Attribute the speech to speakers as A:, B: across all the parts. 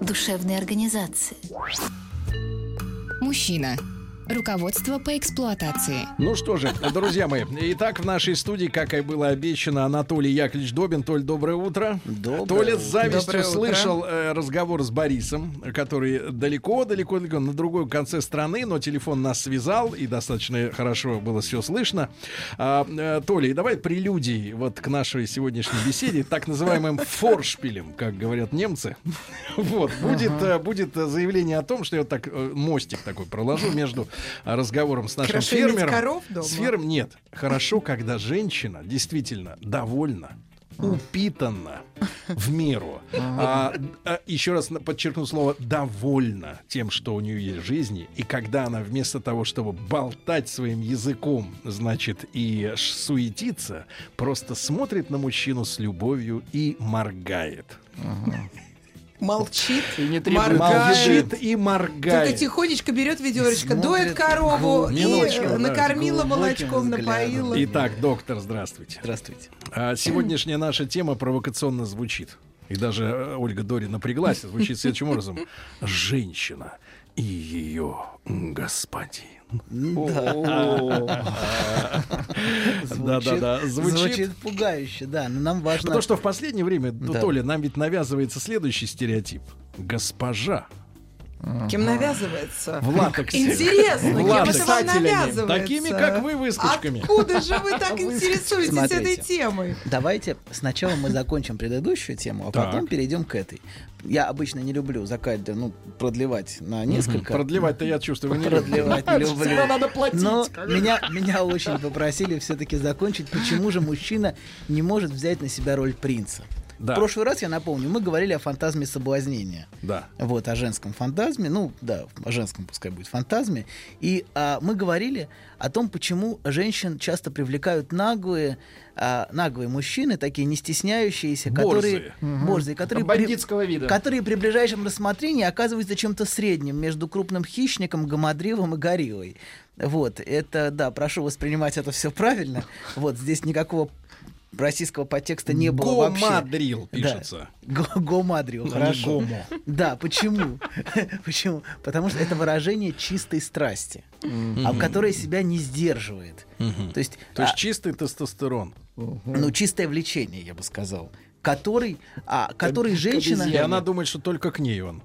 A: душевной организации.
B: Мужчина. Руководство по эксплуатации.
C: Ну что же, друзья мои, итак, в нашей студии, как и было обещано, Анатолий Яковлевич Добин. Толь, доброе утро.
D: Доброе
C: Толя с завистью
E: Доброе утро.
C: слышал э, разговор с Борисом, который далеко-далеко-далеко на другом конце страны, но телефон нас связал, и достаточно хорошо было все слышно. А, э, Толя, и давай прелюдии вот к нашей сегодняшней беседе, так называемым форшпилем, как говорят немцы. Вот, будет, э, будет э, заявление о том, что я вот так э, мостик такой проложу между э, разговором с нашим
E: Хорошо иметь
C: фермером.
E: коров дома.
C: С ферм нет. Хорошо, когда женщина действительно довольна,
E: А.
C: упитанна в меру. А, а, еще раз на- подчеркну слово довольна тем, что у нее есть в жизни. И когда она вместо того, чтобы болтать своим языком, значит, и ш- суетиться, просто смотрит на мужчину с любовью и моргает.
E: Молчит,
D: И не требует еды.
E: моргает.
C: Молчит и
E: Только
C: моргает.
E: тихонечко берет ведерочко,
D: Смотрит
E: дует корову
D: глубоким-
E: и
C: Мелочком, да,
E: э, накормила
D: глубоким
E: молочком,
D: взглядом.
E: напоила.
C: Итак, доктор, здравствуйте.
D: Здравствуйте.
C: А, Сегодняшняя наша тема провокационно звучит. И даже э, Ольга Дори напряглась. Звучит следующим образом. Женщина и ее господин. Ну, Да-да-да, звучит.
D: Звучит пугающе, да. Но нам важно...
C: Потому что в последнее время, ну,
D: Да.
C: Толя, нам ведь навязывается следующий стереотип. Госпожа.
E: Кем навязывается?
C: В латексе.
E: Интересно, кем это вам
C: Писателями.
E: навязывается?
C: Такими, как вы, выскочками.
E: Откуда же вы так интересуетесь этой
D: Смотрите.
E: темой?
D: Давайте сначала мы закончим предыдущую тему, а
C: Так.
D: потом перейдем к этой. Я обычно не люблю закадр, ну, продлевать на несколько.
C: Продлевать-то я чувствую, вы не любите.
D: продлевать не люблю. Но меня, меня очень попросили все-таки закончить, почему же мужчина не может взять на себя роль принца.
C: Да.
D: В прошлый раз, я напомню, мы говорили о фантазме соблазнения.
C: Да.
D: Вот, о женском фантазме. Ну, да, о женском пускай будет фантазме. И а, мы говорили о том, почему женщин часто привлекают наглые, а, наглые мужчины, такие не стесняющиеся,
C: Борзые.
D: которые... Борзые. которые при-
F: бандитского вида.
D: которые при ближайшем рассмотрении оказываются чем-то средним между крупным хищником, гамадрилом и гориллой. Вот, это, да, прошу воспринимать это все правильно. Вот, здесь никакого российского подтекста не было вообще.
C: Гомадрил
D: Да.
C: пишется. Ну,
D: Го- Гомадрил,
C: не
D: хорошо.
C: гомо.
D: Да, почему? Почему? Потому что это выражение чистой страсти, а которая себя не сдерживает. То есть,
C: То
D: а,
C: есть чистый тестостерон.
D: ну, чистое влечение, я бы сказал, который, а, который женщина...
C: И она думает, что только к ней он.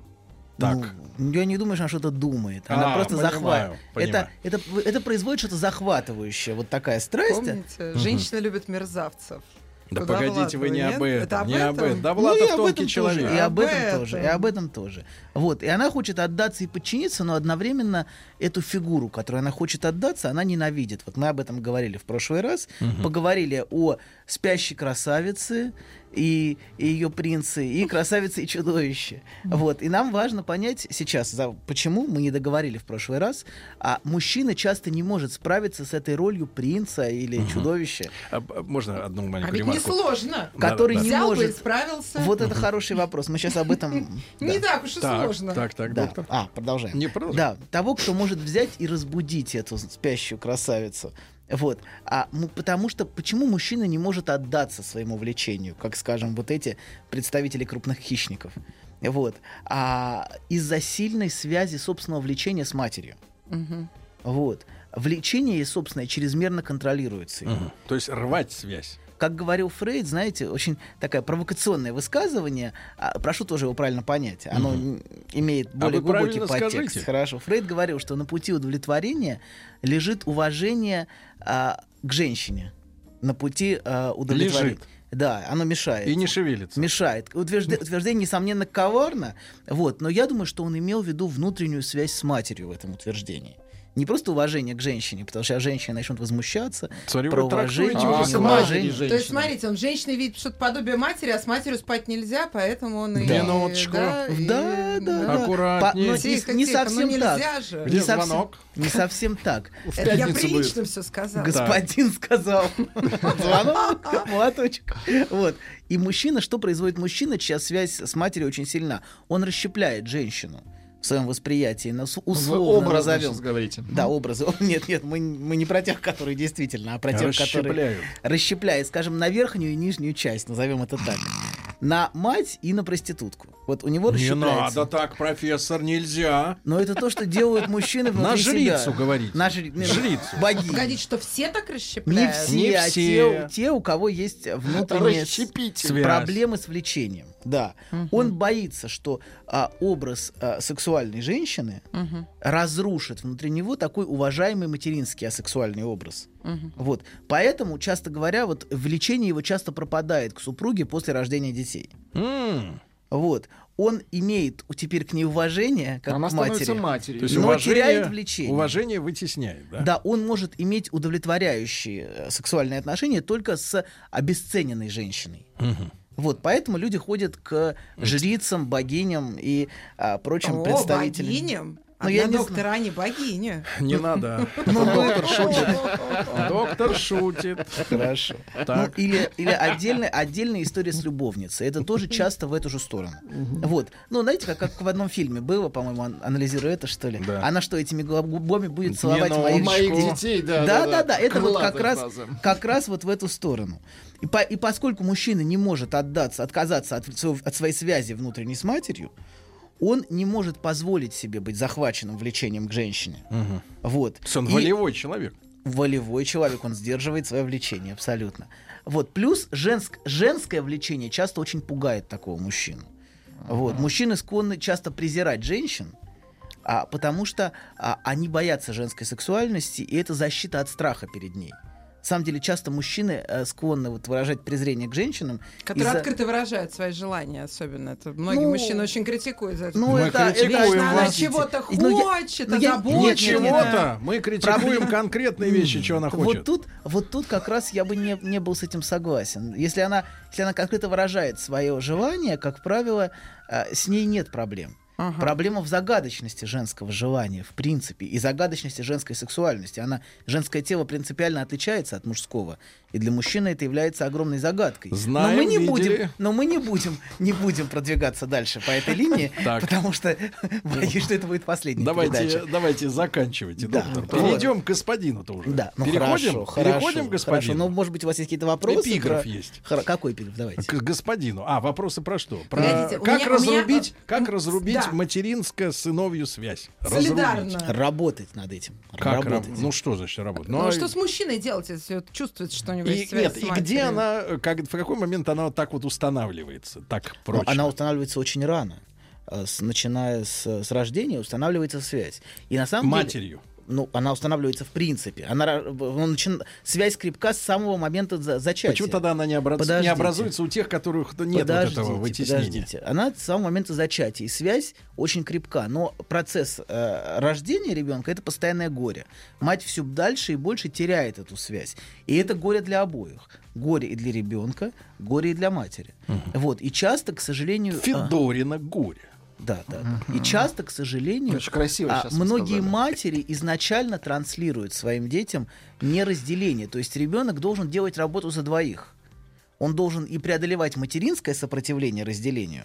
C: Так.
D: Ну, я не думаю, что она что-то думает. Она
C: А,
D: просто
C: понимаю,
D: захватывает.
C: понимаю.
D: Это, это, это производит что-то захватывающее. Вот такая страсть.
E: Помните, женщина любит мерзавцев.
C: Да
E: Куда
C: погодите, вы не
E: Влад,
C: об
E: нет?
C: этом,
E: Это об
C: не об
E: этом?
C: этом. Да,
D: Ну,
C: Влад а
D: и об этом
C: тонкий
D: тоже,
C: человек.
D: И
E: Об
D: об этом,
E: этом.
D: тоже, и об этом тоже. Вот. И она хочет отдаться и подчиниться, но одновременно эту фигуру, которую она хочет отдаться, она ненавидит. Вот мы об этом говорили в прошлый раз. Поговорили о спящей красавице и, и ее принце, и красавице и чудовище. Вот. И нам важно понять сейчас, за- почему мы не договорили в прошлый раз, а мужчина часто не может справиться с этой ролью принца или чудовища.
C: А, а, можно одну
E: А
C: маленькую
E: ведь
C: ремарку?
E: несложно.
C: Да,
D: который
C: да,
D: не
E: Взял бы и
D: может.
E: справился.
D: Вот это хороший вопрос. Мы сейчас об этом.
E: Не
D: да.
E: так уж и сложно.
C: Так, так, так,
D: Да.
C: доктор.
D: А, продолжаем.
C: Не продолжим?
D: Да, того, кто может взять и разбудить эту спящую красавицу. Вот. А му- потому что почему мужчина не может отдаться своему влечению, как, скажем, вот эти представители крупных хищников? Вот. А из-за сильной связи собственного влечения с матерью.
E: Мгм.
D: Вот. Влечение, собственное, чрезмерно контролируется. им.
C: Мгм. То есть рвать связь.
D: Как говорил Фрейд, знаете, очень такое провокационное высказывание. а, прошу тоже его правильно понять. Оно н- имеет более
C: А вы
D: глубокий
C: правильно
D: подтекст.
C: скажите.
D: Хорошо. Фрейд говорил, что на пути удовлетворения лежит уважение а, к женщине. На пути а, удовлетворения.
C: Лежит.
D: Да, оно мешает.
C: И не шевелится.
D: Мешает. Утвержд- Утверждение, несомненно, коварно. Вот, но я думаю, что он имел в виду внутреннюю связь с матерью в этом утверждении. не просто уважение к женщине, потому что сейчас женщины начнут возмущаться,
C: Смотри,
D: про
C: вы трактуете
D: уважение,
C: уже
D: про
C: к
D: уважение.
E: То есть, смотрите, он женщиной видит что-то подобие матери, а с матерью спать нельзя, поэтому он и...
C: Минуточку.
E: Да, и-
D: ну Да, да, да.
C: Аккуратнее.
D: По- но
E: Тихо,
D: не, не
E: тихо,
D: совсем
E: ну нельзя
D: так.
E: же.
C: Где
D: не совсем-
C: звонок?
D: Не совсем так.
C: В
E: Это я
C: пятницу
E: прилично
C: будет.
E: все сказала.
D: Господин сказал. Звонок, молоточек. Вот. И мужчина, что производит мужчина, чья связь с матерью очень сильна? Он расщепляет женщину в своем восприятии, нас условно
F: образно
D: назовем.
F: сейчас говорите.
D: Да, образы. Нет, нет, мы, мы не про тех, которые действительно, а про тех, которые
C: Расщепляют.
D: расщепляет, скажем, на верхнюю и нижнюю часть, назовем это так, на мать и на проститутку. Вот у него
C: Не
D: расщепляется.
C: надо так, профессор, нельзя.
D: Но это то, что делают мужчины внутри
C: На
D: себя.
C: жрицу говорите.
D: На жри- не,
C: Жрицу.
D: богиню.
E: Погодите, что все так
D: Не
E: расщепляют?
D: все,
C: Не
D: а
C: все.
D: те, те, у кого есть внутренние с-
F: Расщепите.
C: Связь.
D: проблемы с влечением. Да. Он боится, что а, образ а, сексуальной женщины
E: Мгм.
D: разрушит внутри него такой уважаемый материнский асексуальный образ. Вот. Поэтому, часто говоря, вот влечение его часто пропадает к супруге после рождения детей.
C: М.
D: Вот. Он имеет у- теперь к ней уважение, как
F: Она
D: к матери.
F: становится матерью.
C: То есть
D: Но теряет
C: уважение,
D: влечение.
C: уважение вытесняет, да?
D: Да, он может иметь удовлетворяющие э, сексуальные отношения только с обесцененной женщиной.
C: Мгм.
D: Вот, поэтому люди ходят к жрицам, богиням и а, прочим
E: О,
D: представителям.
E: богиням?
D: Ну,
E: Одна
D: я не А
E: доктора, а не богиня.
C: Не надо.
D: доктор
C: Доктор шутит.
D: Хорошо. Ну,
C: Так.
D: или или отдельная, отдельная история с любовницей. Это тоже часто в эту же сторону. Вот. Ну, знаете, как, как в одном фильме было, по-моему, ан- анализируя это, что ли.
C: Да.
D: Она что, этими гла- губами будет целовать
C: ну,
D: моих,
F: моих
D: детей?
F: детей, да,
D: Да,
F: да,
D: да,
F: да.
D: да. Это вот как
F: Крылатая
D: раз,
F: фраза.
D: как раз вот в эту сторону. И, по- и поскольку мужчина не может отдаться, отказаться от, своего- от своей связи внутренней с матерью, он не может позволить себе быть захваченным влечением к женщине.
C: Мгм.
D: Вот.
C: То есть Он
D: Ну, И-
C: волевой человек.
D: волевой человек, он сдерживает свое влечение, абсолютно. Вот, плюс женск- женское влечение часто очень пугает такого мужчину. Вот, мужчины склонны часто презирать женщин, а, потому что а, они боятся женской сексуальности, и это защита от страха перед ней. На самом деле, часто мужчины э, склонны вот, выражать презрение к женщинам.
E: Которые
D: из-за-
E: открыто выражают свои желания особенно. Это многие
D: Ну,
E: мужчины очень критикуют за это.
D: Ну,
C: Мы
D: это, это-
C: критикуем
E: Конечно, она
C: вас.
E: чего-то
D: Ну, я-
E: хочет,
D: ну, я-
E: озабочена.
D: Нет, нет, нет.
C: Чего-то мы критикуем
D: Проблема-
C: конкретные вещи, чего она
D: Вот
C: хочет.
D: тут, вот тут как раз я бы не, не был с этим согласен. Если она, если она конкретно выражает свое желание, как правило, э, с ней нет проблем.
E: Ага.
D: Проблема в загадочности женского желания, в принципе, и загадочности женской сексуальности. Она, женское тело принципиально отличается от мужского, и для мужчины это является огромной загадкой.
C: Знаем,
D: но мы не
C: видели.
D: будем, но мы не будем, не будем продвигаться дальше по этой линии,
C: Так.
D: потому что боюсь, что это будет последняя передача.
C: Давайте, давайте заканчивайте,
D: Да.
C: доктор.
D: Вот.
C: Перейдем к господину-то уже.
D: Да, ну
C: Переходим,
D: хорошо,
C: переходим к
D: хорошо, хорошо. Ну,
C: господину.
D: может быть, у вас есть какие-то вопросы?
C: Эпиграф
D: про-
C: есть.
D: Хоро- Какой эпиграф? Давайте.
C: К господину. А, вопросы про что? Про
E: Погодите, у
C: как
E: меня- у меня,
C: разрубить,
E: э,
C: как
E: м,
C: разрубить
E: да.
C: материнско-сыновью связь? Разрубить.
E: Солидарно.
D: Работать над этим.
C: Как
D: работать.
C: раб- Ну что значит работать?
E: Ну,
C: а
E: а что с мужчиной делать, если вот чувствует, что у него
C: и,
E: есть связь
C: нет,
E: с
C: и
E: матерью?
C: где она, э, как, в какой момент она вот так вот устанавливается, так
D: Ну,
C: прочно?
D: она устанавливается очень рано. Э, с- начиная с, с рождения устанавливается связь. И на самом деле-
C: Матерью.
D: ну, она устанавливается в принципе. Она, ра- ну, начин- Связь крепка с самого момента за- зачатия.
C: Почему тогда она не, образ- не
D: Подождите.
C: образуется у тех, которых нет
D: подождите,
C: вот этого вытеснения?
D: подождите. Она с самого момента зачатия. И связь очень крепка. Но процесс э, рождения ребенка это постоянное горе. Мать все дальше и больше теряет эту связь. И это горе для обоих. Горе и для ребенка, горе и для матери. Вот. И часто, к сожалению. а,
C: Федорина горе.
D: да, да. да. И часто, к сожалению,
F: Очень красиво
D: а,
F: сейчас вы
D: многие
F: сказали.
D: матери изначально транслируют своим детям неразделение. То есть ребенок должен делать работу за двоих. Он должен и преодолевать материнское сопротивление разделению,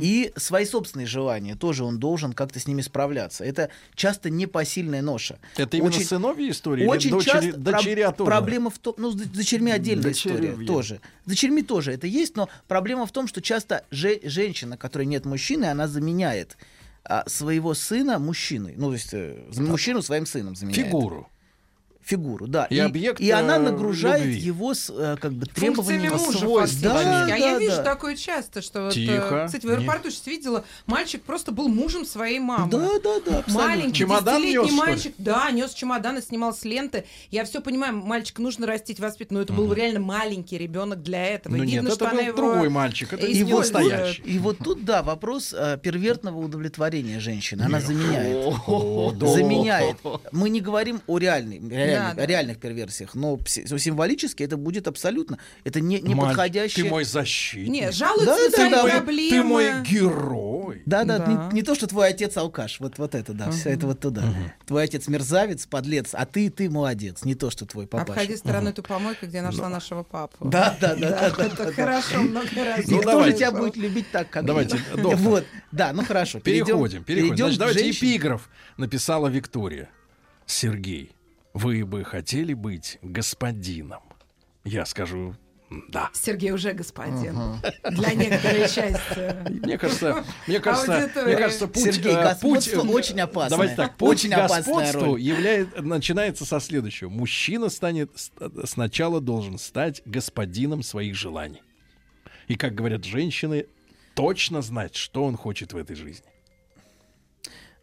D: и свои собственные желания тоже он должен как-то с ними справляться. Это часто непосильная ноша.
C: Это именно
D: Очень-
C: сыновья история
D: очень
C: или дочери,
D: часто
C: дочеря
D: проб-
C: тоже?
D: проблема в том, ну с д- дочерьми отдельная
F: Дочеревья.
D: история тоже. С дочерьми тоже это есть, но проблема в том, что часто же- женщина, которой нет мужчины, она заменяет а, своего сына мужчиной, ну то есть э, за- мужчину своим сыном заменяет.
C: Фигуру.
D: фигуру, да.
C: И объект,
D: и она
C: э,
D: нагружает
C: любви.
D: его с, э, как бы
E: Функциями
D: требованиями
E: мужа
D: свойств.
E: фактически.
D: Да,
E: а
D: да,
E: я
D: да.
E: вижу такое часто, что вот, э,
C: Тихо.
E: кстати, в аэропорту сейчас видела, мальчик просто был мужем своей мамы.
D: Да, да, да, абсолютно.
E: Маленький,
C: Чемодан нёс,
E: десятилетний
C: что ли?
E: мальчик, да, нес чемодан и снимал с ленты. Я все понимаю, мальчика нужно растить, воспитывать, но это был реально маленький ребенок для этого.
C: Ну
E: И
C: нет,
E: Видно,
C: это
E: что
C: был
E: она его...
C: другой мальчик, это
E: из
C: не
E: него
C: настоящий.
D: И вот тут, да, вопрос э, первертного удовлетворения женщины. Она заменяет.
C: О, да.
D: Заменяет. Мы не говорим о реальной, реальной-
E: да.
D: реальных перверсиях, но пси- символически это будет абсолютно. Это не,
C: Мальчик,
D: неподходящее.
C: Ты мой защитник.
E: Не,
D: Да,
E: жалуются на
D: да,
E: свои
D: да, вы-
E: проблемы.
C: Ты мой герой.
D: Да, да,
E: Да.
D: Не, не то, что твой отец алкаш, вот, вот это, да, все это вот туда. Твой отец мерзавец, подлец, а ты, ты молодец, не то, что твой папаша.
E: Обходи стороной ту помойку, где
C: Ну,
E: нашла нашего папу.
D: Да, да, да, да, да,
E: это
D: да, да.
E: хорошо, много раз.
C: Ну,
D: Никто
C: давайте.
D: же тебя будет любить так, как
C: Давайте,
D: я.
C: доктор.
D: Вот, да, ну хорошо.
C: Переходим, переходим.
D: перейдем
C: Значит,
D: к
C: давайте
D: женщине.
C: эпиграф написала Виктория. Сергей, вы бы хотели быть господином? Я скажу, да.
E: Сергей уже господин. Для некоторой части.
C: Мне кажется, мне кажется,
E: Аудитория.
C: мне кажется, путь,
D: Сергей,
C: э,
D: господство
C: путь, э,
D: очень опасное.
C: Давайте так, путь
D: Очень опасная
C: господству
D: роль.
C: являет, начинается со следующего: мужчина станет с- э, сначала должен стать господином своих желаний. И как говорят женщины, точно знать, что он хочет в этой жизни.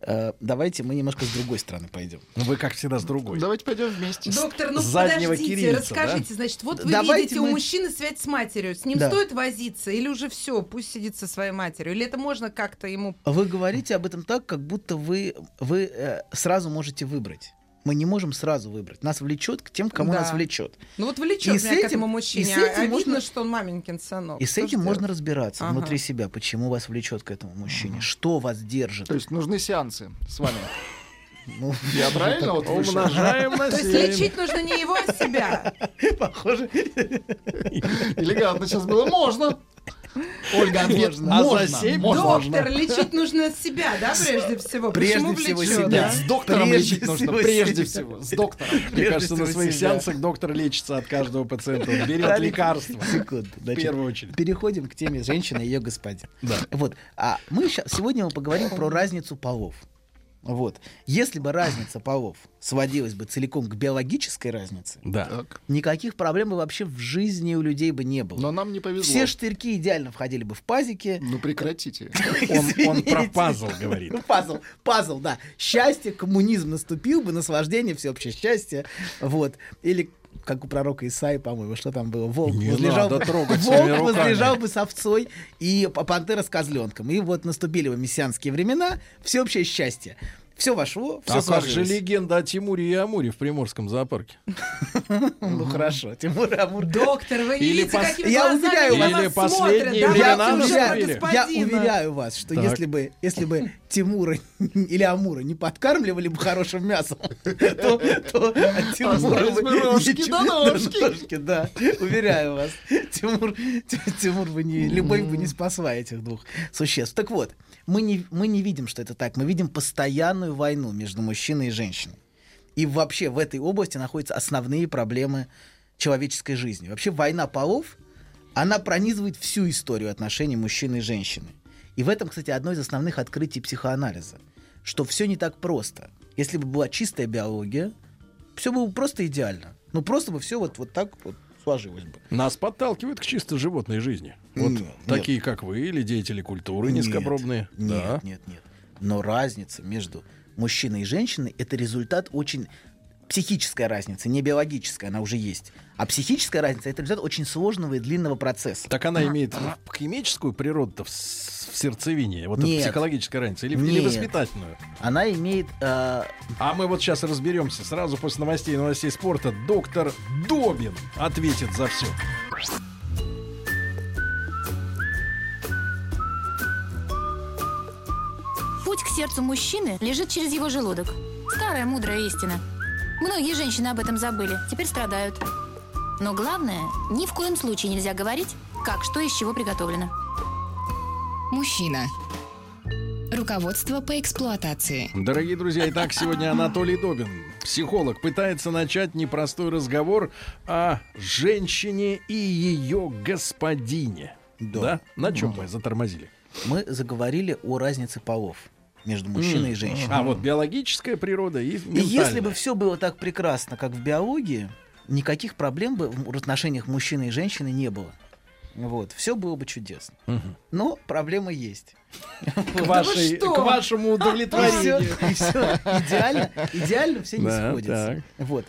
D: Э, Давайте мы немножко с другой стороны пойдем.
C: Ну, Вы как всегда с другой.
F: Давайте пойдем вместе.
E: Доктор, ну
C: С заднего
E: подождите,
C: кириллица,
E: расскажите, значит, вот вы
D: Давайте
E: видите у
D: мы-
E: мужчины связь с матерью, с ним
D: Да.
E: стоит возиться или уже все, пусть сидит со своей матерью, или это можно как-то ему...
D: Вы говорите об этом так, как будто вы, вы э, сразу можете выбрать. Мы не можем сразу выбрать. Нас влечет к тем, к кому
E: Да.
D: нас влечет.
E: Ну вот влечет
D: И с
E: меня к
D: этим-
E: этому
D: и
E: мужчине,
D: с
E: а-
D: этим
E: а
D: можно-
E: видно, что он маменькин сынок.
D: И с
E: Что ж
D: этим можно
E: делать?
D: разбираться
E: А Ага.
D: внутри себя, почему вас влечет к этому мужчине, что вас держит.
F: То есть нужны сеансы с вами.
D: Ну,
F: Я правильно вот вышел?
C: Умножаем на
E: То есть
C: семь.
E: лечить нужно не его, а себя.
D: похоже.
F: Элегантно сейчас было. Можно. Ольга, ответ.
D: Можно.
F: Можно.
C: А за семь
F: можно.
E: Доктор, лечить нужно себя, да, прежде всего?
D: Прежде
E: Почему
D: всего
E: влечет?
D: себя.
F: Нет, с доктором
D: Прежде
F: лечить нужно.
D: всего себя.
F: Прежде всего. С доктором.
C: Мне
D: прежде
C: кажется, на
D: всего
C: своих
D: себя.
C: сеансах доктор лечится от каждого пациента. Он берет
D: Правильно.
C: лекарства.
D: Секунду.
C: В первую очередь.
D: Переходим к теме женщины и ее господин.
C: Да.
D: Вот. А мы ща- сегодня мы поговорим про разницу полов. Вот. Если бы разница полов сводилась бы целиком к биологической разнице,
C: Да.
F: Так.
D: никаких проблем бы вообще в жизни у людей бы не было.
F: Но нам не повезло.
D: Все штырьки идеально входили бы в пазики.
F: Ну прекратите.
C: Он, он про
D: Извините.
C: пазл говорит.
D: Ну, пазл, пазл, да. Счастье, коммунизм наступил бы, наслаждение, всеобщее счастье. Вот. Или как у пророка Исаи, по-моему, что там было? Волк
C: Не
D: возлежал,
C: надо
D: бы,
C: трогать своими
D: волк
C: руками.
D: возлежал бы с овцой и п- пантера с козленком. И вот наступили бы мессианские времена, всеобщее счастье. Все вошло, все
C: А как же
D: сложилось.
C: легенда о Тимуре и Амуре в Приморском зоопарке?
D: Ну хорошо, Тимур Амур.
E: Доктор, вы не
C: Или
E: видите,
C: пос-
E: какими
D: Я
E: глазами
D: уверяю
E: на
D: вас-
E: нас
C: Или
E: смотрят.
C: последние
E: Давайте
C: времена
E: уже про
C: наступили.
D: Я
E: господина.
D: уверяю вас, что
C: Так.
D: если бы, если бы Тимура или Амура не подкармливали бы хорошим мясом, то, то Тимура
F: Остались
D: бы
F: бы рожки
D: ничего-
F: да ножки.
D: ножки, да. Уверяю вас, Тимур, Ти- Тимур бы не, любовь бы не спасла этих двух существ. Так вот, мы не, мы не видим, что это так. Мы видим постоянную войну между мужчиной и женщиной. И вообще в этой области находятся основные проблемы человеческой жизни. Вообще война полов, она пронизывает всю историю отношений мужчины и женщины. И в этом, кстати, одно из основных открытий психоанализа, что все не так просто. Если бы была чистая биология, все было бы просто идеально. Ну просто бы все вот, вот так вот сложилось бы.
C: Нас подталкивают к чисто животной жизни. Вот
D: Нет,
C: такие, как вы, или деятели культуры низкопробные.
D: Нет,
C: да.
D: нет, нет, нет. Но разница между мужчиной и женщиной это результат очень психическая разница, не биологическая, она уже есть. А психическая разница это результат очень сложного и длинного процесса.
C: Так она имеет
D: а.
C: ну, химическую природу в, с- в сердцевине, вот
D: Нет.
C: эта психологическая разница, или, или
D: Нет.
C: воспитательную.
D: Она имеет э,
C: А мы вот сейчас разберемся сразу после новостей и новостей спорта. Доктор Добин ответит за все.
A: Путь к сердцу мужчины лежит через его желудок. Старая мудрая истина. Многие женщины об этом забыли, теперь страдают. Но главное, ни в коем случае нельзя говорить, как что из чего приготовлено.
B: Мужчина. Руководство по эксплуатации.
C: Дорогие друзья, итак, сегодня Анатолий Добин, психолог, пытается начать непростой разговор о женщине и ее господине. Да.
D: Да. Ну
C: На чем мы затормозили?
D: мы заговорили о разнице полов. между мужчиной и женщиной.
C: А вот биологическая природа и
D: И если бы
C: ментальная.
D: все было так прекрасно, как в биологии, никаких проблем бы в отношениях мужчины и женщины не было. Вот, все было бы чудесно.
C: Мгм.
D: Но проблемы есть.
C: к, вашей-
E: что?
C: к вашему
D: И все,
C: удовлетворению.
D: идеально, идеально все не
C: Да,
D: сходится. Вот.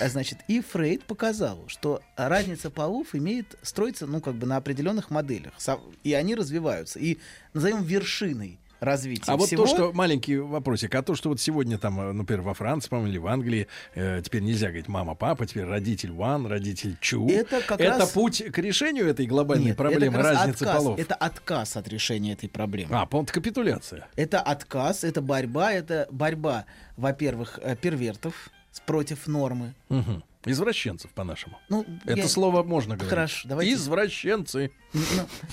D: А Значит, и Фрейд показал, что разница полов имеет, строится, ну, как бы на определенных моделях. Со- И они развиваются. И назовем вершиной развития
C: А вот
D: всего.
C: то, что маленький вопросик, а то, что вот сегодня там, э, например, во Франции, по-моему, или в Англии, э, теперь нельзя говорить мама, папа, теперь родитель one, родитель чу.
D: Это как раз-
C: путь к решению этой глобальной
D: Нет, это
C: проблемы
D: как раз
C: разницы
D: отказ.
C: полов.
D: Это отказ от решения этой проблемы.
C: А, по капитуляция.
D: Это отказ, это борьба, это борьба, во-первых, э, первертов с- против нормы.
C: Мгм. Извращенцев по-нашему.
D: Ну,
C: Это
D: я-
C: слово можно говорить.
D: Хорошо, давайте-
C: Извращенцы.
D: ну,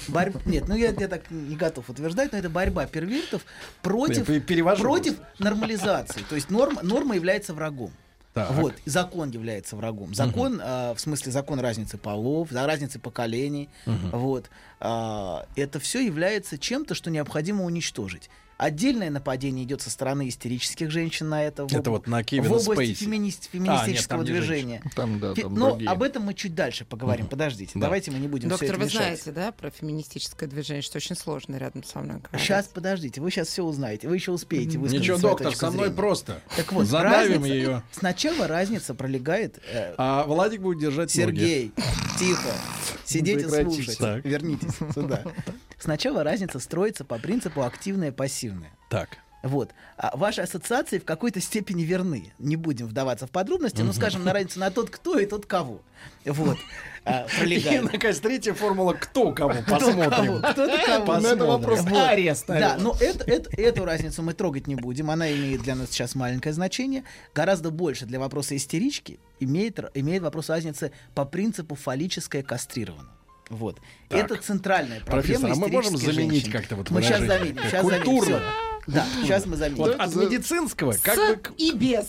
D: борьба- Нет, ну я, я так не готов утверждать, но это борьба первертов против,
C: Я пе- перевожу
D: против нормализации. То есть норма, норма является врагом.
C: Так.
D: Вот, и закон является врагом. Закон, э, в смысле, закон разницы полов, за- разницы поколений. Вот, А, это все является чем-то, что необходимо уничтожить. Отдельное нападение идет со стороны истерических женщин на это. в
C: Это
D: об-
C: вот на Кевина
D: в области
C: Спейси.
D: феминист- феминистического
C: А, нет, там не
D: движения.
F: Там, да,
D: Фе-
F: там
D: Но
F: другие.
D: ну, об этом мы чуть дальше поговорим. Подождите,
C: Да.
D: давайте мы не будем всё
E: Доктор,
D: это
E: вы
D: мешать.
E: знаете, да, про феминистическое движение, что очень сложно рядом со мной говорить.
D: Сейчас, подождите, вы сейчас все узнаете, вы еще успеете высказать
C: Ничего,
D: свою
C: доктор,
D: точку
C: со мной
D: зрения.
C: просто.
D: Так вот,
C: Задавим
D: разница-
C: ее.
D: Сначала разница пролегает э,
C: А Владик будет держать ноги.
D: Сергей, тихо. Сидеть и
C: Прекратите.
D: слушать.
C: Так.
D: Вернитесь сюда. Сначала разница строится по принципу активное-пассивное.
C: Так.
D: Вот. А ваши ассоциации в какой-то степени верны. Не будем вдаваться в подробности, но скажем на разницу на тот кто и тот кого. Вот. А,
C: И,
D: пролегает.
C: наконец, третья формула «кто кого?»
D: кого?
C: Посмотрим.
D: Кто-то кого?
C: Посмотрим.
F: Это вопрос
C: Арест,
D: Да, но это- это- эту разницу мы трогать не будем. Она имеет для нас сейчас маленькое значение. Гораздо больше для вопроса истерички имеет, р- имеет вопрос разницы по принципу фаллическое кастрировано. Вот.
C: Так.
D: Это центральная проблема
C: Профессор, а мы можем
D: истерических
C: заменить
D: женщин.
C: как-то вот
D: Мы сейчас
C: выражение?
D: заменим.
C: Как
D: Сейчас
C: культурно.
D: Заменим. всё. Да, сейчас мы заменим.
C: Вот от медицинского как бы
E: С
C: к-
E: и без.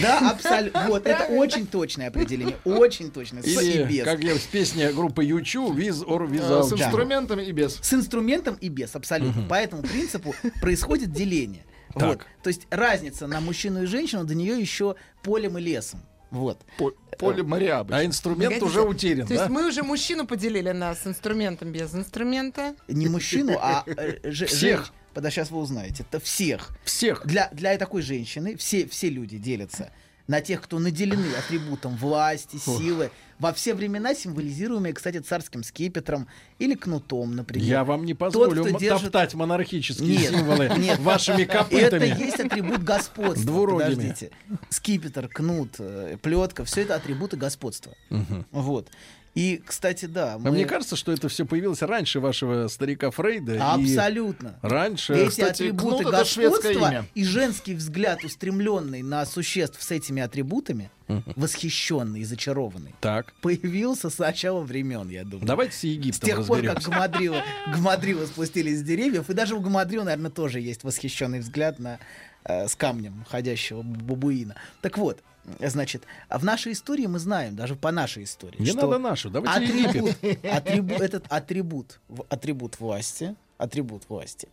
D: Да, абсолютно. Вот, это очень точное определение. Очень точное. С и
C: Или,
D: без.
C: как я в песне группы Ючу, виз or
F: Э,
C: without
F: С
C: you».
F: инструментами и без.
D: С инструментом и без, абсолютно. По этому принципу происходит деление.
C: Так.
D: Вот. То есть разница на мужчину и женщину до нее еще полем и лесом. Вот.
F: По- Поле Мариабы.
C: А инструмент
E: Погодите,
C: уже утерян,
E: То есть
C: да?
E: мы уже мужчину поделили на с инструментом, без инструмента.
D: Не мужчину, а э, же-
C: Всех.
D: женщ- Подо сейчас вы узнаете. Это всех.
C: Всех.
D: Для, для такой женщины все, все люди делятся на тех, кто наделены атрибутом власти, силы, во все времена символизируемые, кстати, царским скипетром или кнутом, например.
C: Я вам не
D: Тот,
C: позволю
D: кто
C: м-
D: держит-
C: топтать монархические
D: Нет,
C: символы
D: нет.
C: вашими
D: Это
C: копытами.
D: есть атрибут господства.
C: Двурогими.
D: Подождите. Скипетр, кнут, э, плетка, все это атрибуты господства.
C: Мгм.
D: Вот. И, кстати, да.
C: А мне кажется, что это все появилось раньше вашего старика Фрейда. и Э,
D: Абсолютно.
C: Раньше.
D: Эти
F: Кстати,
D: атрибуты
F: кнут это шведское
D: господства
F: имя.
D: и женский взгляд, устремленный на существ с этими атрибутами, восхищенный и зачарованный,
C: Так.
D: появился с начала времен, я думаю.
C: Давайте с
D: С
C: Египтом
D: тех пор, как
C: разберемся.
D: Гамадрила, Гамадрила спустились с деревьев, и даже у Гамадрила, наверное, тоже есть восхищенный взгляд на, э, с камнем ходящего бабуина. Так вот, значит, а в нашей истории мы знаем, даже по нашей истории,
C: Не
D: что
C: надо нашу, давайте Египет.
D: атрибут, атрибу- этот атрибут, в- атрибут власти, атрибут власти,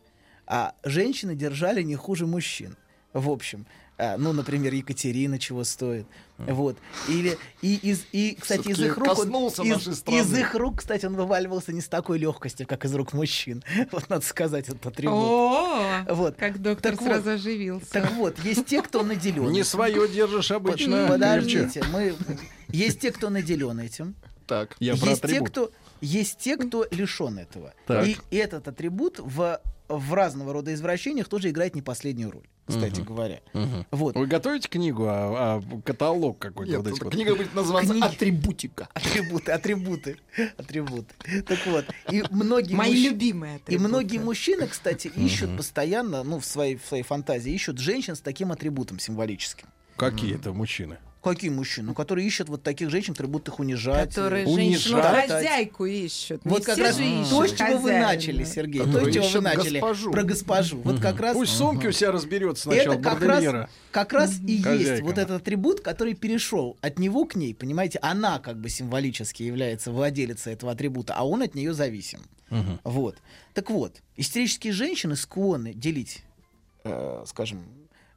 D: а женщины держали не хуже мужчин. В общем, а, ну, например, Екатерина чего стоит, вот. Или и из и, кстати, из
F: Всё-таки
D: их рук он-
F: коснулся
D: из,
F: нашей страны.
D: из их рук, кстати, он вываливался не с такой легкостью, как из рук мужчин. Вот надо сказать этот атрибут.
E: О,
D: Вот.
E: как доктор
D: Так вот.
E: сразу оживился.
D: Так вот, есть те, кто наделен.
C: Не свое держишь обычно. крепче.
D: Подождите, мы есть те, кто наделен этим.
F: Так.
C: Я про
D: есть те,
C: атрибут.
D: кто есть те, кто лишен этого.
C: Так.
D: И этот атрибут в в разного рода извращениях тоже играет не последнюю роль, кстати говоря. Вот.
C: Вы готовите книгу, а, а каталог какой-то
F: Нет,
C: вот эти
F: эта
C: вот.
F: книга будет называться
D: Книги.
F: «Атрибутика».
D: Атрибуты, атрибуты, атрибуты. Так вот, и многие
E: Мои
D: мужч-
E: любимые
D: И
E: атрибуты.
D: многие мужчины, кстати, ищут постоянно, ну, в своей, в своей фантазии, ищут женщин с таким атрибутом символическим.
C: Какие это мужчины?
D: Какие мужчины? Ну, которые ищут вот таких женщин, которые будут их унижать.
E: которые
C: унижать.
E: женщину-хозяйку ищут.
D: Вот
E: Не
D: как
E: все
D: раз
E: же
D: то, с
E: ищут
D: чего вы
E: хозяина.
D: начали, Сергей. То,
F: Которые
D: с чего вы
F: ищут
D: начали.
F: госпожу.
D: Про госпожу. Вот как раз...
C: Пусть сумки у себя разберет сначала
D: Это как раз,
C: бордельера.
D: как раз и есть
C: Хозяйка.
D: вот этот атрибут, который перешел от него к ней, понимаете, она как бы символически является владелицей этого атрибута, а он от нее зависим. Вот. Так вот, истерические женщины склонны делить э, скажем,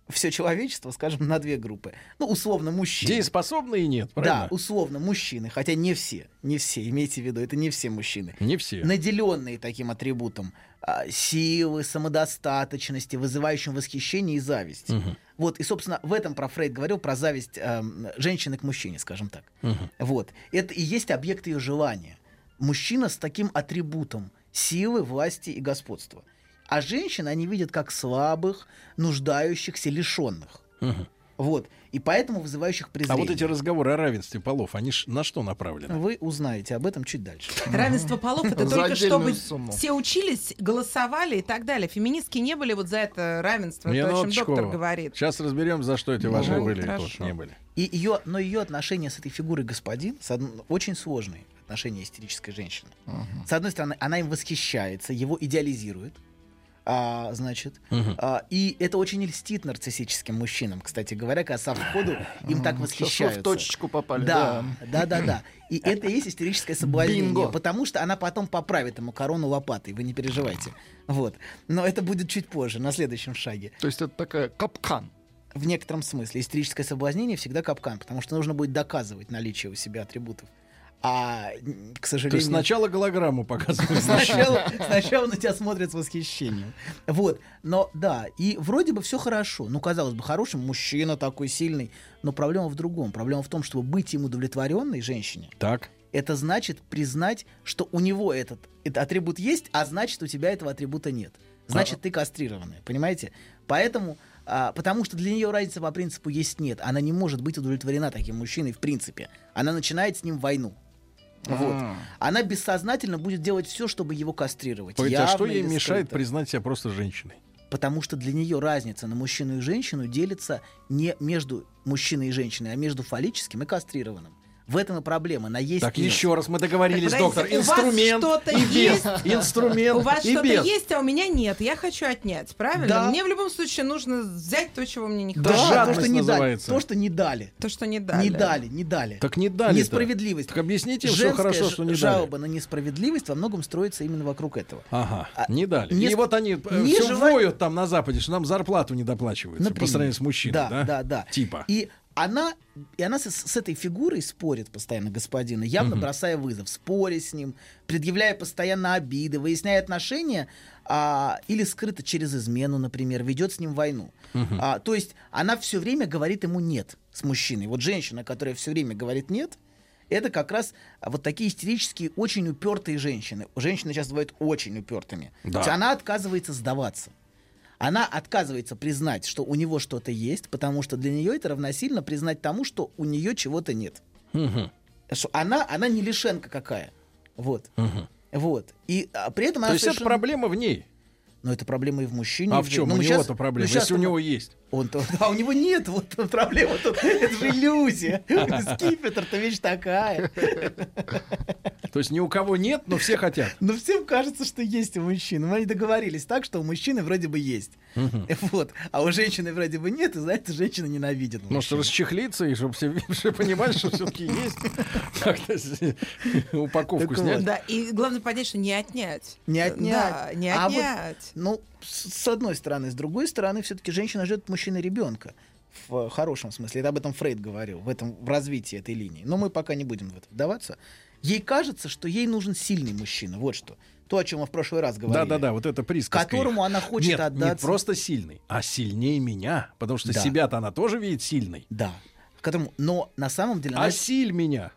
D: все человечество, скажем, на две группы. Ну, условно, мужчин.
C: Дееспособные нет,
D: Да,
C: правильно?
D: условно, мужчины, хотя не все, не все, имейте в виду, это не все мужчины.
C: Не все.
D: Наделенные таким атрибутом а, силы, самодостаточности, вызывающим восхищение и зависть.
C: Мгм.
D: Вот, и, собственно, в этом про Фрейд говорил, про зависть эм, женщины к мужчине, скажем так.
C: Мгм.
D: Вот. Это и есть объект ее желания. Мужчина с таким атрибутом силы, власти и господства. А женщин они видят как слабых, нуждающихся, лишенных.
C: Мгм.
D: Вот. И поэтому вызывающих
C: А
D: презрение.
C: вот эти разговоры о равенстве полов, они ж на что направлены?
D: Вы узнаете об этом чуть дальше.
E: Равенство полов это
F: За
E: только чтобы
F: отдельную сумму.
E: все учились, голосовали и так далее. Феминистки не были вот за это равенство, то, о
D: ну
E: чем доктор говорит.
C: Сейчас разберем, за что эти
E: Ну,
C: ваши были и
E: хорошо.
C: кто не были.
D: И ее, но ее отношения с этой фигурой господин с одн- очень сложные отношения истерической женщины. С одной стороны, она им восхищается, его идеализирует, а, значит,
C: Мгм.
D: а, и это очень льстит нарциссическим мужчинам, кстати говоря, когда со входу им так
F: Сейчас вы
D: восхищаются.
F: в точечку попали.
D: Да, да, да, да. И это и есть истерическое соблазнение,
F: Бинго.
D: потому что она потом поправит ему корону лопатой, вы не переживайте. Вот. Но это будет чуть позже, на следующем шаге.
F: То есть это такая капкан.
D: в некотором смысле. Истерическое соблазнение всегда капкан, потому что нужно будет доказывать наличие у себя атрибутов. А, м, к
C: То
D: сожалению...
C: есть сначала голограмму показывают.
D: Сначала, сначала на тебя смотрят с восхищением. Вот. Но да, и вроде бы все хорошо. Ну, казалось бы, хороший мужчина такой сильный. Но проблема в другом. Проблема в том, чтобы быть им удовлетворенной женщине,
C: Так.
D: это значит признать, что у него этот, этот атрибут есть, а значит, у тебя этого атрибута нет. Значит, ты кастрированная, понимаете? Поэтому, а, потому что для нее разница по принципу есть-нет. Она не может быть удовлетворена таким мужчиной в принципе. Она начинает с ним войну. Вот. Она бессознательно будет делать все, чтобы его кастрировать.
C: Погодите, а что
D: явно
C: ей
D: или
C: мешает
D: скрыто.
C: признать себя просто женщиной?
D: Потому что для нее разница на мужчину и женщину делится не между мужчиной и женщиной, а между фаллическим и кастрированным. В этом и проблема. На есть
C: Так
D: нет.
C: еще раз мы договорились,
E: Так,
C: доктор.
E: подождите, у вас
C: Инструмент
E: что-то
C: и без.
E: есть?
C: Инструмент
E: У вас
C: и
E: что-то
C: без.
E: есть, а у меня нет. Я хочу отнять, правильно?
D: Да.
E: Мне в любом случае нужно взять то, чего мне не
C: Да,
E: хватает.
C: жадность
D: то, что не дали.
C: называется.
D: То, что не дали.
E: То, что не дали.
D: Не дали, не дали.
C: Так не дали.
D: Несправедливость.
C: Так объясните, им, что
D: Женская
C: хорошо,
D: ж-
C: что не дали.
D: жалоба на несправедливость во многом строится именно вокруг этого.
C: Ага,
D: А,
C: не дали.
D: не
C: И
D: ск-
C: вот они
D: не
C: все
D: желаю-
C: воют там на Западе, что нам зарплату не доплачивают по
D: Например.
C: сравнению с мужчиной.
D: Да,
C: Да,
D: да, да.
C: Типа.
D: И она, и она с, с этой фигурой спорит постоянно господина, явно
C: Мгм.
D: бросая вызов, споря с ним, предъявляя постоянно обиды, выясняя отношения, а, или скрыто через измену, например, ведет с ним войну. А, то есть она все время говорит ему нет с мужчиной. Вот женщина, которая все время говорит нет, это как раз а, вот такие истерические, очень упертые женщины. Женщины сейчас бывают очень упертыми.
C: Да.
D: То есть она отказывается сдаваться. Она отказывается признать, что у него что-то есть, потому что для нее это равносильно признать тому, что у нее чего-то нет.
C: Мгм.
D: Что она, она не лишенка какая. Вот.
C: Мгм.
D: Вот. И а, при этом
C: То
D: она
C: есть это
D: совершенно-
C: проблема в ней.
D: Но это проблема и в мужчине.
C: А
D: и
C: в
D: же-
C: чем
D: Ну,
C: у
D: мы
C: него
D: щас-
C: то проблема?
D: ну, щас
C: Если у
D: мы-
C: него есть.
D: Он то, а у него нет, вот тут проблема тут. Это же иллюзия. Скипетр-то вещь такая.
C: То есть ни у кого нет, но все хотят.
D: Но всем кажется, что есть у мужчин. Мы договорились так, что у мужчины вроде бы есть. Вот. А у женщины вроде бы нет, и за это женщина ненавидит.
C: Может,
D: мужчин.
C: расчехлиться, и чтобы все, все понимали, что все-таки есть. Как-то с- упаковку
D: Так ну,
C: снять.
D: вот.
E: Да, и главное понять, что не отнять.
D: Не отнять.
E: Да, не
D: А вот-
E: отнять.
D: Ну, с с одной стороны. С другой стороны, все-таки женщина ждет от мужчины ребенка. В э, хорошем смысле. Это об этом Фрейд говорил, в, этом, в развитии этой линии. Но мы пока не будем в это вдаваться. Ей кажется, что ей нужен сильный мужчина. Вот что. То, о чем мы в прошлый раз говорили.
C: Да-да-да, вот это присказка.
D: Которому
C: их.
D: она хочет
C: Нет, не
D: отдаться.
C: просто сильный, а сильнее меня. Потому что
D: Да.
C: себя-то она тоже видит сильной.
D: Да. Которому... Но на самом деле... она-
C: Осиль меня.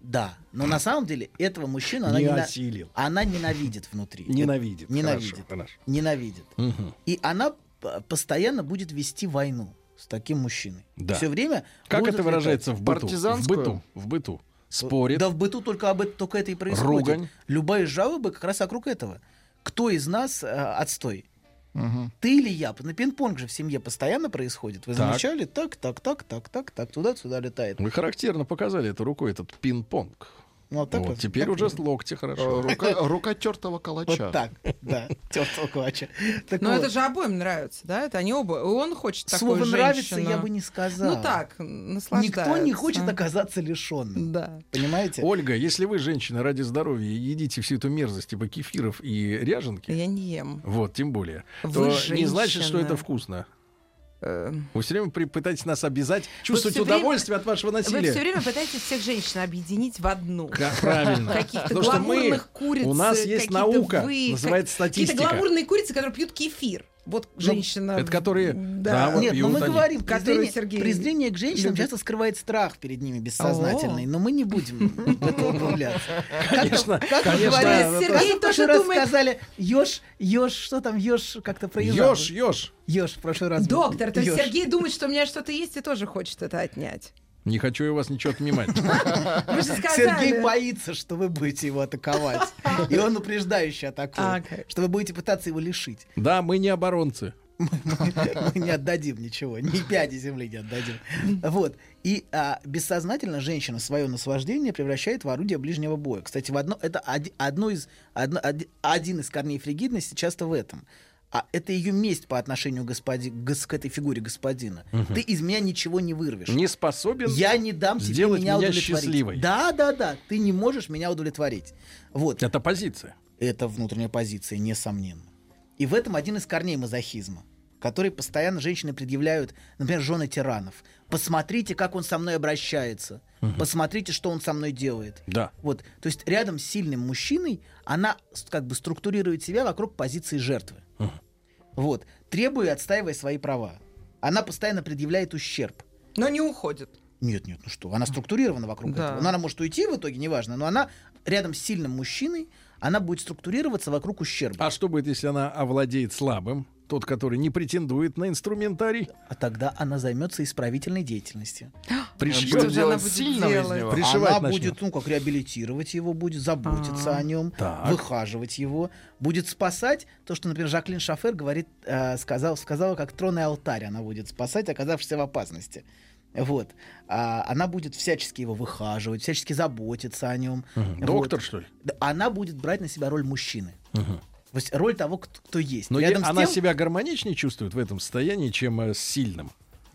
D: Да. Но на самом деле этого мужчину Ну, она,
C: не
D: нена-
C: осилил.
D: она ненавидит внутри.
C: Ненавидит.
D: Ненавидит.
C: Хорошо,
D: Ненавидит.
C: хорошо. Мгм.
D: И она п- постоянно будет вести войну с таким мужчиной.
C: Да.
D: Все время.
C: Как
D: будут
C: это выражается в быту? В
F: Партизанскую?
C: быту. В быту.
D: летать.
C: Спорит.
D: Да в быту только об этом только это и происходит.
C: Ругань.
D: Любая жалоба как раз вокруг этого. Кто из нас э, отстой?
F: Мгм.
D: Ты или я? На пинг-понг же в семье постоянно происходит. Вы
C: Так.
D: замечали? Так, так, так, так, так, так, туда-сюда летает.
C: Вы характерно показали это рукой, этот пинг-понг.
D: Ну, вот так
C: Вот,
D: вот.
C: теперь уже с локти хорошо.
F: Э, Рука, рука тертого
D: Вот
F: калача.
D: так, да, тёртого калача. Так
E: Но
D: вот,
E: Ну, это же обоим нравится, да? Это они оба. И Он хочет такую
D: слово нравится,
E: женщину.
D: я бы не сказал.
E: Ну так, наслаждается.
D: Никто не хочет оказаться лишенным.
E: Да.
D: Понимаете?
C: Ольга, если вы, женщина, ради здоровья, едите всю эту мерзость, типа кефиров и ряженки,
E: Я не ем.
C: вот, тем более,
E: Вы
C: то не значит,
E: женщина.
C: что это вкусно.
E: Э,
C: Вы все время при- пытаетесь нас обязать чувствовать
E: всё время-
C: удовольствие от вашего
E: Вы все
C: насилия.
E: время пытаетесь всех женщин объединить в одну.
C: Ка- Правильно.
E: Каких-то
C: Потому что мы-
E: гламурных куриц.
C: у нас
E: э,
C: есть
E: какие-то
C: наука,
E: вы,
C: называется
E: как- Какие-то
C: статистика.
E: гламурные курицы, которые пьют кефир. Вот женщина.
C: это которые- да,
E: Да.
C: а вот
D: Нет,
C: и
D: ну мы
C: вот они.
D: говорим,
E: Которые
D: презрение,
E: Сергей
D: презрение к женщинам
E: любит.
D: часто скрывает страх перед ними бессознательный,
E: О.
D: но мы не будем в это углубляться.
C: Конечно,
D: Как вы
C: конечно.
D: говорили,
E: Сергей
D: как вы
E: тоже
D: в прошлый раз
E: думает-
D: сказали, еж, еж, что там, еж, как-то проезжал.
C: Ёж, ёж.
D: Еж, в прошлый раз. был.
E: Доктор, то есть
D: Еж.
E: Сергей думает, что у меня что-то есть и тоже хочет это отнять.
C: Не хочу я у вас ничего отнимать.
E: Вы же сказали.
D: Сергей боится, что вы будете его атаковать. И он упреждающе атакует,
E: Ага.
D: что вы будете пытаться его лишить.
C: Да, мы не оборонцы.
D: Мы не отдадим ничего, ни пяди земли не отдадим. Вот. И а, бессознательно женщина свое наслаждение превращает в орудие ближнего боя. Кстати, в одно, это оди- одно из, одно- оди- один из корней фригидности часто в этом. А это ее месть по отношению к, господи- гос- к этой фигуре господина. Ты из меня ничего не вырвешь.
C: Не способен.
D: Я не дам тебе
C: сделать
D: меня,
C: меня
D: удовлетворить.
C: счастливой.
D: Да, да, да. Ты не можешь меня удовлетворить. Вот.
C: Это позиция.
D: Это внутренняя позиция, несомненно. И в этом один из корней мазохизма, который постоянно женщины предъявляют, например, жены тиранов. Посмотрите, как он со мной обращается. Посмотрите, что он со мной делает.
C: Да.
D: Вот, то есть рядом с сильным мужчиной она с- как бы структурирует себя вокруг позиции жертвы. Вот, требуя и отстаивая свои права. Она постоянно предъявляет ущерб.
E: Но не уходит.
D: Нет, нет, ну что, она структурирована вокруг
E: Да.
D: этого. Ну, она может уйти в итоге, неважно, но она рядом с сильным мужчиной, она будет структурироваться вокруг ущерба.
C: А что будет, если она овладеет слабым? Тот, который не претендует на инструментарий,
D: А тогда она займется исправительной деятельностью.
C: пришьет,
E: Что
F: Будет
E: же она
F: делать
E: будет
F: сильного из
E: делать?
F: него.
C: пришивать
D: она
C: начнет.
D: будет, ну, как реабилитировать его, будет заботиться о нем,
C: Так.
D: выхаживать его, будет спасать то, что, например, Жаклин Шафер говорит, э, сказал, сказала, как тронный алтарь она будет спасать, оказавшись в опасности. Вот. А она будет всячески его выхаживать, всячески заботиться о нем.
C: доктор, что ли?
D: Да, она будет брать на себя роль мужчины. То есть роль того, кто, кто есть.
C: Но
D: Рядом
C: е-
D: с
C: она
D: тем-
C: себя гармоничнее чувствует в этом состоянии, чем э, с сильным.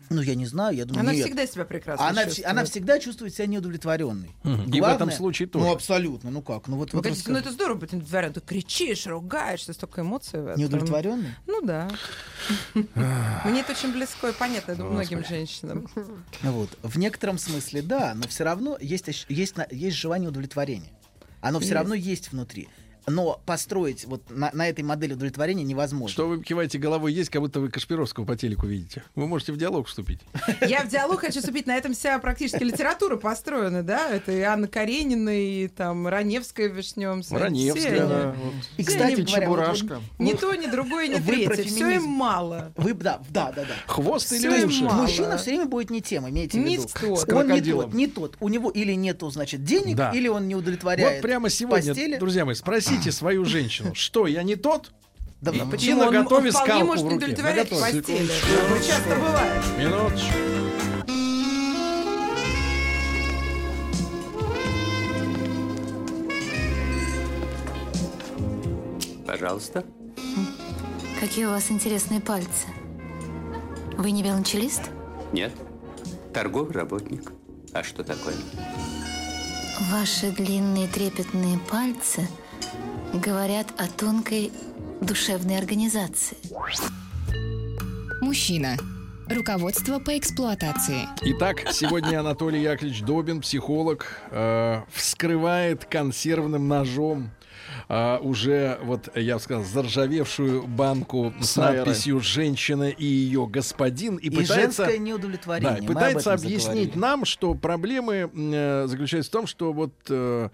D: Ну, я не знаю, я думаю,
E: Она
D: нет.
E: всегда себя прекрасно
D: Она, вс-
E: чувствует.
D: она всегда чувствует себя неудовлетворенной.
C: И в этом случае тоже.
D: Ну, абсолютно. Ну как? Ну вот,
E: Вы
D: вот
E: говорите, ну
D: расскажи.
E: это здорово быть неудовлетворенным. Ты кричишь, ругаешься, столько эмоций в этом.
D: неудовлетворенный?
E: Ну да. Мне это очень близко и понятно, я думаю, многим женщинам.
D: Ну Вот. В некотором смысле, да, но все равно есть, ощ- есть, на- есть желание удовлетворения. Оно все равно есть внутри. Но построить вот на, на этой модели удовлетворения невозможно.
C: Что вы киваете головой есть, как будто вы Кашпировского по телеку видите. Вы можете в диалог вступить.
E: Я в диалог хочу вступить, на этом вся практически литература построена, да? Это и Анна Каренина, и там Раневская в Вишневом Саде. Все
C: Раневская,
E: они.
C: да.
D: И,
E: Или
D: кстати говоря, вот вот
F: Чебурашка.
E: Ни то, ни другое, ни
D: Вы про
E: третье. Все им
D: феминизм.
E: мало.
D: вы, да, да, да, да.
C: Хвост
E: Всё
C: или
E: им
C: уши?
E: мало.
D: Мужчина все время будет не тем, имейте в
E: Не
D: виду.
E: тот. С
D: Он не
C: крокодилом.
D: тот, не тот. У него или нету, значит, денег,
C: Да.
D: или он не удовлетворяет.
C: Вот прямо сегодня,
D: постели.
C: друзья мои, спросите свою женщину, что я не тот?
D: Да, да,
C: И
E: Почему? Он
C: наготове
E: вполне
C: Ну, скалку
E: может
C: в
E: не
C: руке.
E: удовлетворять в
C: Наготове.
E: постели. Такое часто бывает.
C: Минуточку.
G: Пожалуйста.
A: Какие у вас интересные пальцы. Вы не велончелист?
G: Нет. Торговый работник. А что такое?
A: Ваши длинные трепетные пальцы говорят о тонкой душевной организации.
B: Мужчина. Руководство по эксплуатации.
C: Итак, сегодня Анатолий Яковлевич Добин, психолог, э, вскрывает консервным ножом э, уже, вот я бы сказал, заржавевшую банку с,
F: С Айрой.
C: надписью «Женщина и ее господин» и,
D: И
C: пытается... Да,
D: женское неудовлетворение.
C: и
D: Мы
C: пытается
D: об этом
C: объяснить
D: заговорили.
C: нам, что проблемы э, заключаются в том, что вот э,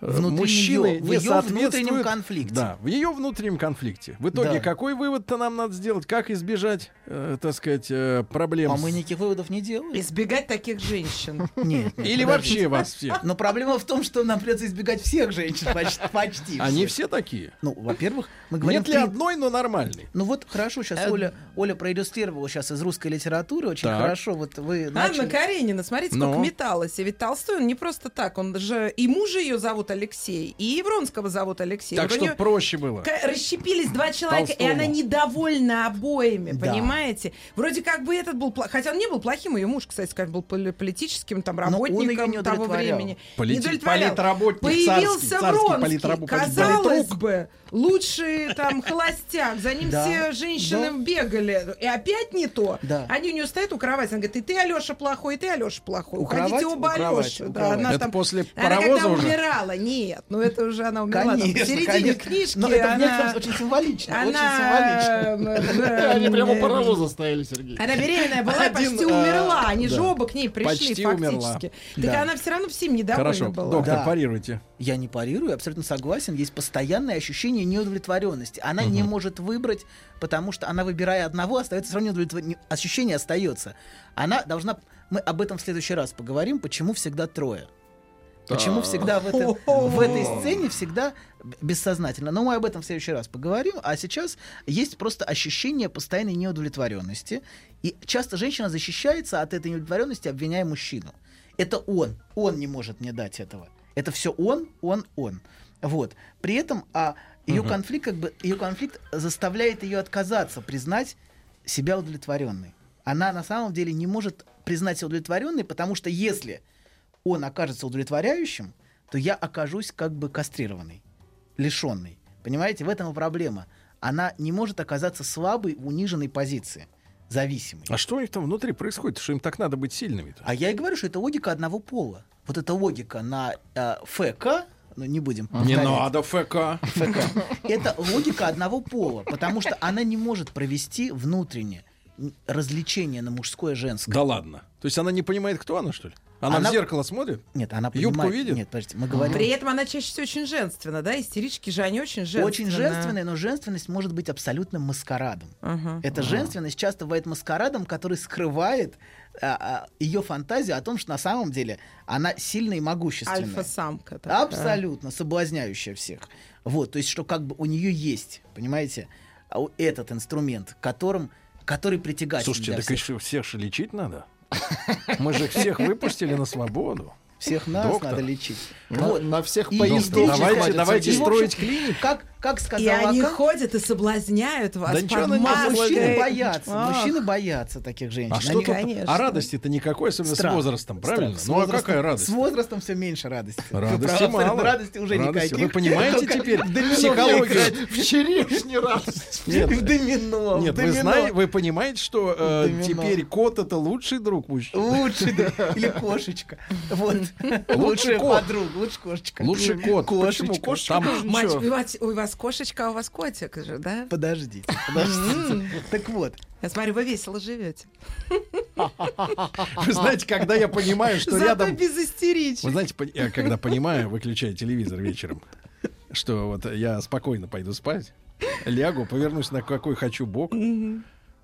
C: э,
D: Внутри
C: мужчины
D: неё, в
C: не
D: её
C: соответствуют-
D: внутреннем конфликте.
C: Да, в ее внутреннем конфликте. В итоге
D: Да.
C: какой вывод-то нам надо сделать? Как избежать, э, так сказать, э, проблем?
D: А
C: с-
D: мы никаких выводов не делали.
E: Избегать таких женщин.
D: Нет, нет,
C: Или
D: подождите.
C: вообще вас всех?
D: Но проблема в том, что нам придется избегать всех женщин почти. почти
C: А Они
D: свет.
C: все такие.
D: Ну, во-первых, мы говорим...
C: Нет ли
D: при-
C: одной, но нормальной?
D: Ну вот хорошо, сейчас
C: Э,
D: Оля, Оля проиллюстрировала сейчас из русской литературы, очень
C: Так.
D: хорошо, вот вы
E: Анна
D: начали.
E: Каренина, смотрите,
C: Ну.
E: сколько металась. И ведь Толстой, он не просто так, он же... И мужа ее зовут Алексей, и Вронского зовут Алексей.
C: Так
E: Вот у
C: что
E: неё
C: проще было.
E: к- расщепились два человека,
C: Толстому.
E: и она недовольна обоими,
D: Да.
E: понимаете? Вроде как бы этот был... пла- Хотя он не был плохим, ее муж, кстати, сказать, был поли- политическим, там,
D: Но он её
E: работником
D: не
E: того
D: удовлетворял.
E: времени.
C: Полити-
E: Не удовлетворял.
C: политработник царский,
E: Появился
C: царский
E: Вронский,
C: политрабо-
E: казалось
C: политрук.
E: бы, лучший там холостяк, за ним
D: Да.
E: все женщины
D: Да.
E: бегали, и опять не то.
D: Да.
E: Они у нее стоят у кровати, она говорит, и ты, Алеша, плохой, и ты, Алеша, плохой.
D: У
E: Уходите
D: кровати?
E: оба
D: У кровати,
E: Алёши.
D: у
E: Да,
D: кровати.
E: она
C: Это
E: там-
C: после
E: она
C: паровоза
E: когда
C: уже?
E: умирала, нет, ну это уже она умерла там, в середине
D: конечно.
E: книжки.
D: Но это в
E: она-
D: некотором случае символично,
E: она...
D: очень символично.
F: Они прямо
E: э, а,
F: паровоза стояли, Сергей.
E: Она беременная была и
C: Один,
E: почти
C: э,
E: умерла. а Они
C: да.
E: же оба к ней пришли
C: Почти
E: фактически. Так
D: Да.
E: она все равно всем недовольна
C: Хорошо,
E: была.
C: доктор,
D: Да.
C: парируйте.
D: Я не парирую, я абсолютно согласен. Есть постоянное ощущение неудовлетворенности. Она не может выбрать, потому что она, выбирая одного, остается все равно неудовлетворенной. Ощущение остается. Она должна... Мы об этом в следующий раз поговорим, почему всегда трое. Почему всегда в, этом- в этой сцене всегда б- бессознательно. Но мы об этом в следующий раз поговорим. А сейчас есть просто ощущение постоянной неудовлетворенности. И часто женщина защищается от этой неудовлетворенности, обвиняя мужчину. Это он. Он не может мне дать этого. Это все он, он, он. Вот. При этом а ее конфликт как бы ее конфликт заставляет ее отказаться признать себя удовлетворенной. Она на самом деле не может признать себя удовлетворенной, потому что если он окажется удовлетворяющим, то я окажусь как бы кастрированной, лишенной. Понимаете, в этом и проблема. Она не может оказаться слабой, в униженной позиции, зависимой.
C: А что у них там внутри происходит? Что им так надо быть сильными-то?
D: А я и говорю, что это логика одного пола. Вот эта логика на э, ФК, ну не будем
C: Не
D: повторять.
C: надо ФК.
D: Это логика одного пола, потому что она не может провести внутреннее н- развлечение на мужское и женское.
C: Да ладно. То есть она не понимает, кто она, что ли? Она,
D: Она-
C: в зеркало смотрит?
D: Нет, она
C: Юбку
D: понимает...
C: видит?
D: Нет, подождите, мы говорим...
E: При этом она чаще всего очень женственна, да? Истерички же они очень женственны.
D: Очень женственная, но женственность может быть абсолютным маскарадом.
E: Ага.
D: Эта женственность часто бывает маскарадом, который скрывает ее фантазию о том, что на самом деле она сильная и могущественная.
E: Альфа-самка.
C: а?
E: такая.
D: Абсолютно соблазняющая всех. Вот, то есть, что как бы у нее есть, понимаете, а у- этот инструмент, которым, который притягателен
C: Слушайте,
D: для
C: так
D: всех,
C: еще всех же лечить надо. Мы же всех выпустили на свободу.
D: Всех нас
C: доктор.
D: надо лечить.
F: На-
D: Вот.
F: На всех
D: И-
F: поездов.
D: Доктор,
C: давайте-
F: хватит,
C: давайте
D: И,
F: Сергей.
D: в общем,
C: строить клиник.
D: Как, как
E: И
D: сказала
E: они
D: Ака,
E: ходят и соблазняют вас
C: Да
E: под
C: ничего она не
D: а
E: маской.
D: мужчины
C: Ой,
D: боятся.
E: Ах.
D: Мужчины боятся таких женщин.
C: А что
D: Они
C: тут?
E: конечно.
C: А радости-то никакой, особенно
D: Страх.
C: с возрастом,
D: Страх.
C: правильно?
D: С
C: ну а
D: возрастом-
C: какая
D: С
C: радость?
D: возрастом все меньше радости. Ты
C: Радости
D: права, абсолютно,
C: мало.
D: Радости уже
C: Радости.
D: никаких.
C: Вы понимаете теперь
D: домино играть.
C: психологию?
F: Вчерашний раз.
C: Нет.
D: В домино. в
C: Нет, вы
D: домино.
C: знаете, вы понимаете, что э,
D: Домино.
C: теперь кот это лучший друг мужчины.
D: Лучше да, или кошечка. Вот. Лучшая
C: кот.
D: подруга, лучше кошечка.
C: Лучше кот.
D: Кошечка.
C: Почему кошечка? Там же
E: Мать,
C: ничего.
E: у вас, у вас кошечка, а у вас котик же, да?
D: Подождите, подождите. Так вот,
E: Я смотрю, вы весело живете.
C: Вы знаете, когда я понимаю, что
E: Зато
C: рядом
E: без истеричек.
C: Вы знаете, пон- я когда понимаю, выключаю телевизор вечером, что вот я спокойно пойду спать, лягу, повернусь на какой хочу бок,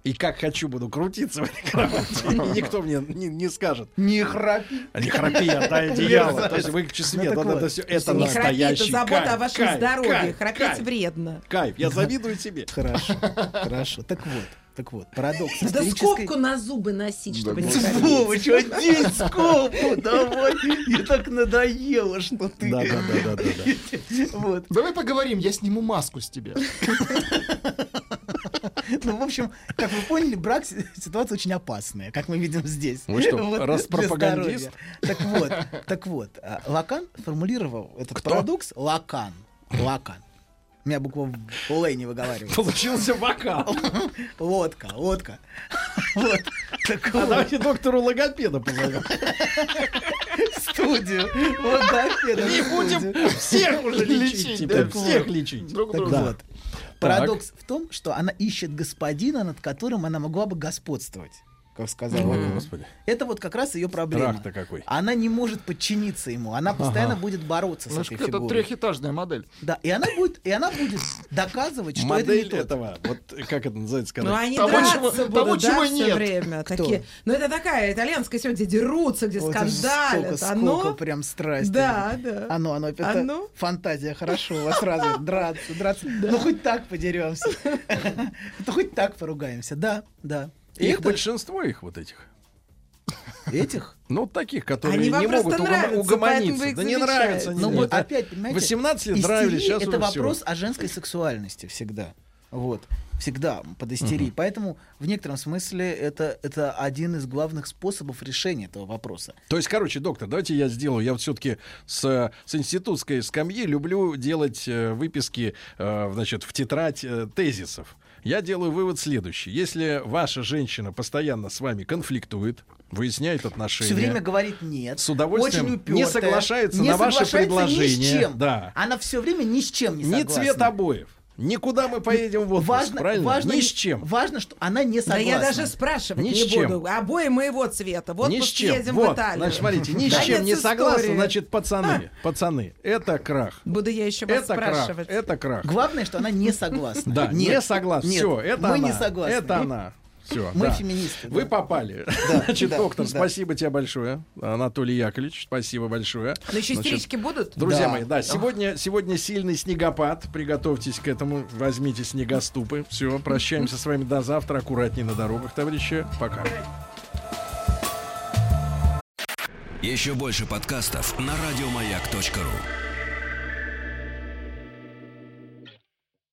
C: и как хочу буду крутиться в этой кровати, и никто мне не, не скажет.
D: не храпи.
C: Не храпи, отдай одеяло. То есть выключи свет.
D: Ну, так
C: вот это
D: вот.
C: всё- это
E: Не храпите, это
C: настоящий
E: забота
C: кайф,
E: о вашем
C: кайф,
E: здоровье.
C: кайф,
E: Храпеть
C: кайф,
E: вредно.
C: Кайф, я завидую тебе.
D: Хорошо, хорошо. Так вот, так вот, парадокс.
E: Да
D: исторической-
E: скобку на зубы носить, чтобы не
D: Вовочка, одень скобку, давай. Мне так надоело, что ты...
C: Да, да, да, да, да, да.
D: Вот.
F: Давай поговорим, я сниму маску с тебя.
D: Ну, в общем, как вы поняли, брак си- ситуация очень опасная, как мы видим здесь.
C: Вы что,
D: Вот,
C: распропагандист?
D: для здоровья. Так вот, так вот, а, Лакан формулировал этот
C: Кто?
D: парадокс. Лакан. Лакан. У меня буква Л А не выговаривает.
C: Получился вокал.
D: Лодка, лодка. Вот. Так
C: А
D: вот,
C: давайте доктору логопеда позовем.
D: в студию. Вот, да, Федор, в
C: И будем
D: студию.
C: всех уже лечить
F: Лечить,
C: теперь.
F: да.
C: Всех лечить.
F: Друг
D: Так
F: друга.
D: вот. Парадокс в том, что она ищет господина, над которым она могла бы господствовать. как сказал
E: Мгм.
D: вопрос.
H: Господи.
D: Это вот как раз ее проблема.
C: Рак-то какой.
D: Она не может подчиниться ему, она постоянно будет бороться с
F: Ну,
D: этой
F: это
D: фигурой.
F: трехэтажная модель.
D: Да, и она будет, и она будет доказывать, что
C: Модель
D: это не тот.
C: этого, вот как это называется,
E: Ну,
C: когда...
E: они
F: Того,
E: драться
F: чего-
E: будут,
F: того,
E: да,
F: чего
E: всё
F: нет.
E: время.
D: Кто?
E: Такие. Ну, это такая итальянская сегодня, где дерутся, где
D: Вот это ж
E: скандалят.
D: Сколько,
E: оно...
D: сколько прям страсти.
E: Да, да.
C: А, ну,
D: Оно, оно, это
E: Оно?
D: фантазия, хорошо, у вас сразу драться, драться. Ну, хоть так подеремся. Ну, хоть так поругаемся. Да, да. И
C: Их
D: это-
C: большинство, их вот этих.
D: Этих?
C: Ну, таких, которые
E: Они вам
C: не
E: просто
C: могут угом-
E: нравятся, поэтому вы
C: угомониться.
E: их
C: Да не
E: замечаете.
C: нравятся они.
D: Ну,
C: мне.
D: вот
C: Да.
D: опять, понимаете,
C: 18 лет
D: истерия
C: нравились, сейчас
D: это
C: уже всё.
D: вопрос о женской сексуальности всегда. Вот. Всегда под истерией. Поэтому в некотором смысле это, это один из главных способов решения этого вопроса.
C: То есть, короче, доктор, давайте я сделаю. Я все-таки с, с институтской скамьи люблю делать э, выписки, э, значит, в тетрадь э, тезисов. Я делаю вывод следующий. Если ваша женщина постоянно с вами конфликтует, выясняет отношения...
D: Все время говорит нет.
C: С удовольствием
D: очень
C: не
D: упертая,
C: соглашается
D: не
C: на ваши
D: соглашается Ни с
C: предложения,
D: чем.
C: да.
D: Она все время ни с чем не
C: Ни
D: согласна.
C: цвет обоев, никуда мы поедем в отпуск, правильно? Ни с чем.
D: Важно, что она не
E: Да
D: согласна.
E: я даже спрашивать
C: Ни с
E: не
C: чем.
E: буду. Обои моего цвета. Вот
C: ни с
E: пусть
C: чем.
E: едем
C: вот,
E: в Италию.
C: значит, смотрите, ни с
E: Конец
C: чем не согласны,
E: истории.
C: значит, пацаны, пацаны, это крах.
E: Буду я еще вас
C: Это крах,
E: спрашивать.
C: это крах.
D: Главное, что она не согласна.
C: Да,
D: Нет,
C: не согласна.
D: нет,
C: Все, это
D: мы
C: она.
D: не согласны.
C: Это она. Все,
D: Мы феминисты,
C: Вы
D: да.
C: попали.
D: Да,
C: Значит,
D: да,
C: доктор,
D: да.
C: спасибо тебе большое. Анатолий Яковлевич, спасибо большое.
E: Но Ну, еще
C: Значит,
E: истерички будут?
C: Друзья
D: Да.
C: мои, да, сегодня, сегодня сильный снегопад. Приготовьтесь к этому. Возьмите снегоступы. Все, прощаемся с вами до завтра. Аккуратнее на дорогах, товарищи. Пока.
I: Еще больше подкастов на радиомаяк.ру.